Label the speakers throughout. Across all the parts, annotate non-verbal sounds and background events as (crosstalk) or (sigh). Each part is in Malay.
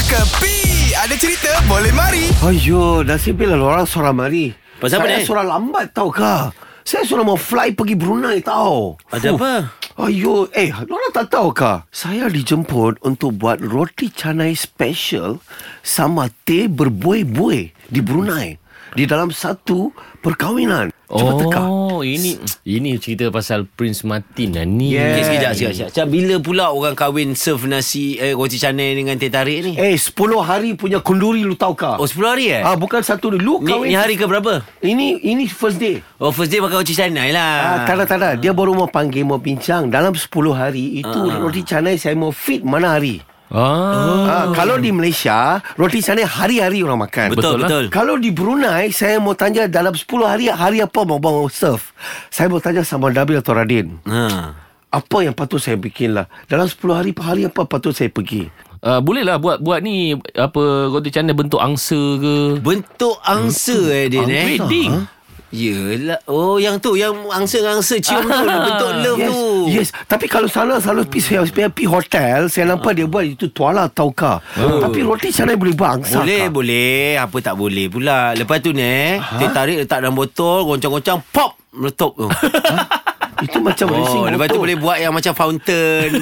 Speaker 1: Kepi Ada cerita boleh mari
Speaker 2: Ayo, nasib bila orang seorang mari.
Speaker 3: Pasal apa,
Speaker 2: Saya
Speaker 3: Nek?
Speaker 2: seorang lambat tau kah? Saya seorang mau fly pergi Brunei tau.
Speaker 3: Ada apa?
Speaker 2: Ayo, eh, Lora tak tahu kah? Saya dijemput untuk buat roti canai special sama teh berbuih-buih di Brunei. Di dalam satu perkahwinan. Cuba teka.
Speaker 4: Oh, ini ini cerita pasal Prince Martin lah ni.
Speaker 2: Yeah.
Speaker 3: Okay, sekejap, sekejap, sekejap. Macam bila pula orang kahwin serve nasi eh, roti canai dengan teh tarik ni?
Speaker 2: Eh, 10 hari punya kunduri lu tahu kah?
Speaker 3: Oh, 10 hari eh?
Speaker 2: Ah, bukan satu dulu
Speaker 3: ni,
Speaker 2: kahwin.
Speaker 3: ni hari ke berapa?
Speaker 2: Ini ini first day.
Speaker 3: Oh, first day makan roti canai
Speaker 2: Ah,
Speaker 3: lah.
Speaker 2: tak ada, tak ada. Dia baru mau panggil, mau bincang. Dalam 10 hari, itu ah. roti canai saya mau fit mana hari.
Speaker 4: Ah.
Speaker 2: Oh. Ah, kalau di Malaysia, roti canai hari-hari orang makan.
Speaker 3: Betul, betul.
Speaker 2: Kalau di Brunei, saya mau tanya dalam 10 hari, hari apa mau bawa serve. Saya mau tanya sama Nabil atau Radin.
Speaker 3: Ha.
Speaker 2: Apa yang patut saya bikin lah? Dalam 10 hari, hari apa patut saya pergi?
Speaker 4: Uh, boleh lah buat buat ni apa roti canai bentuk angsa ke.
Speaker 3: Bentuk angsa eh dia ni. eh.
Speaker 4: Wedding.
Speaker 2: Ha?
Speaker 3: Yelah. Oh, yang tu. Yang angsa-angsa cium tu. Bentuk
Speaker 2: Ah,
Speaker 3: love
Speaker 2: Yes,
Speaker 3: tu.
Speaker 2: yes. Tapi kalau sana selalu pergi saya, saya pergi hotel, saya
Speaker 3: Ah.
Speaker 2: nampak dia buat itu tuala tauka. Oh. Tapi roti canai boleh buat angsa.
Speaker 3: Boleh,
Speaker 2: kah?
Speaker 3: boleh. Apa tak boleh pula. Lepas tu ni, eh, teh tarik letak dalam botol, goncang-goncang, pop, meletup tu.
Speaker 2: Ah, Itu macam racing
Speaker 3: Oh, lepas tu
Speaker 2: motor.
Speaker 3: boleh buat yang macam
Speaker 2: (laughs)
Speaker 3: fountain.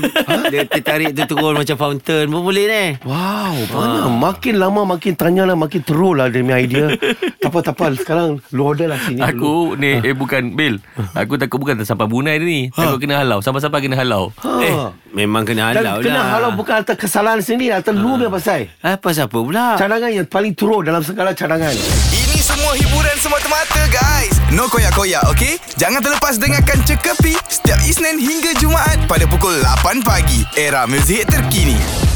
Speaker 3: dia tertarik tu turun macam fountain. Pun boleh ni.
Speaker 2: Wow, mana makin lama makin tanya lah makin teruk lah dia punya idea. tak apa tak apa sekarang lu order lah sini dulu.
Speaker 4: Aku Ha. ni eh bukan Bil. Aku takut bukan sampai Brunei ni. Takut kena halau. Sampai-sampai kena halau.
Speaker 2: Ha.
Speaker 3: Eh, memang kena
Speaker 2: Dan
Speaker 3: halau lah.
Speaker 2: kena halau bukan atas kesalahan sendiri atas lu punya pasal.
Speaker 3: Eh, pasal apa pula?
Speaker 2: Cadangan yang paling teruk dalam segala cadangan.
Speaker 1: Ini semua hiburan semata-mata guys No koyak-koyak ok Jangan terlepas dengarkan Cekapi Setiap Isnin hingga Jumaat Pada pukul 8 pagi Era muzik terkini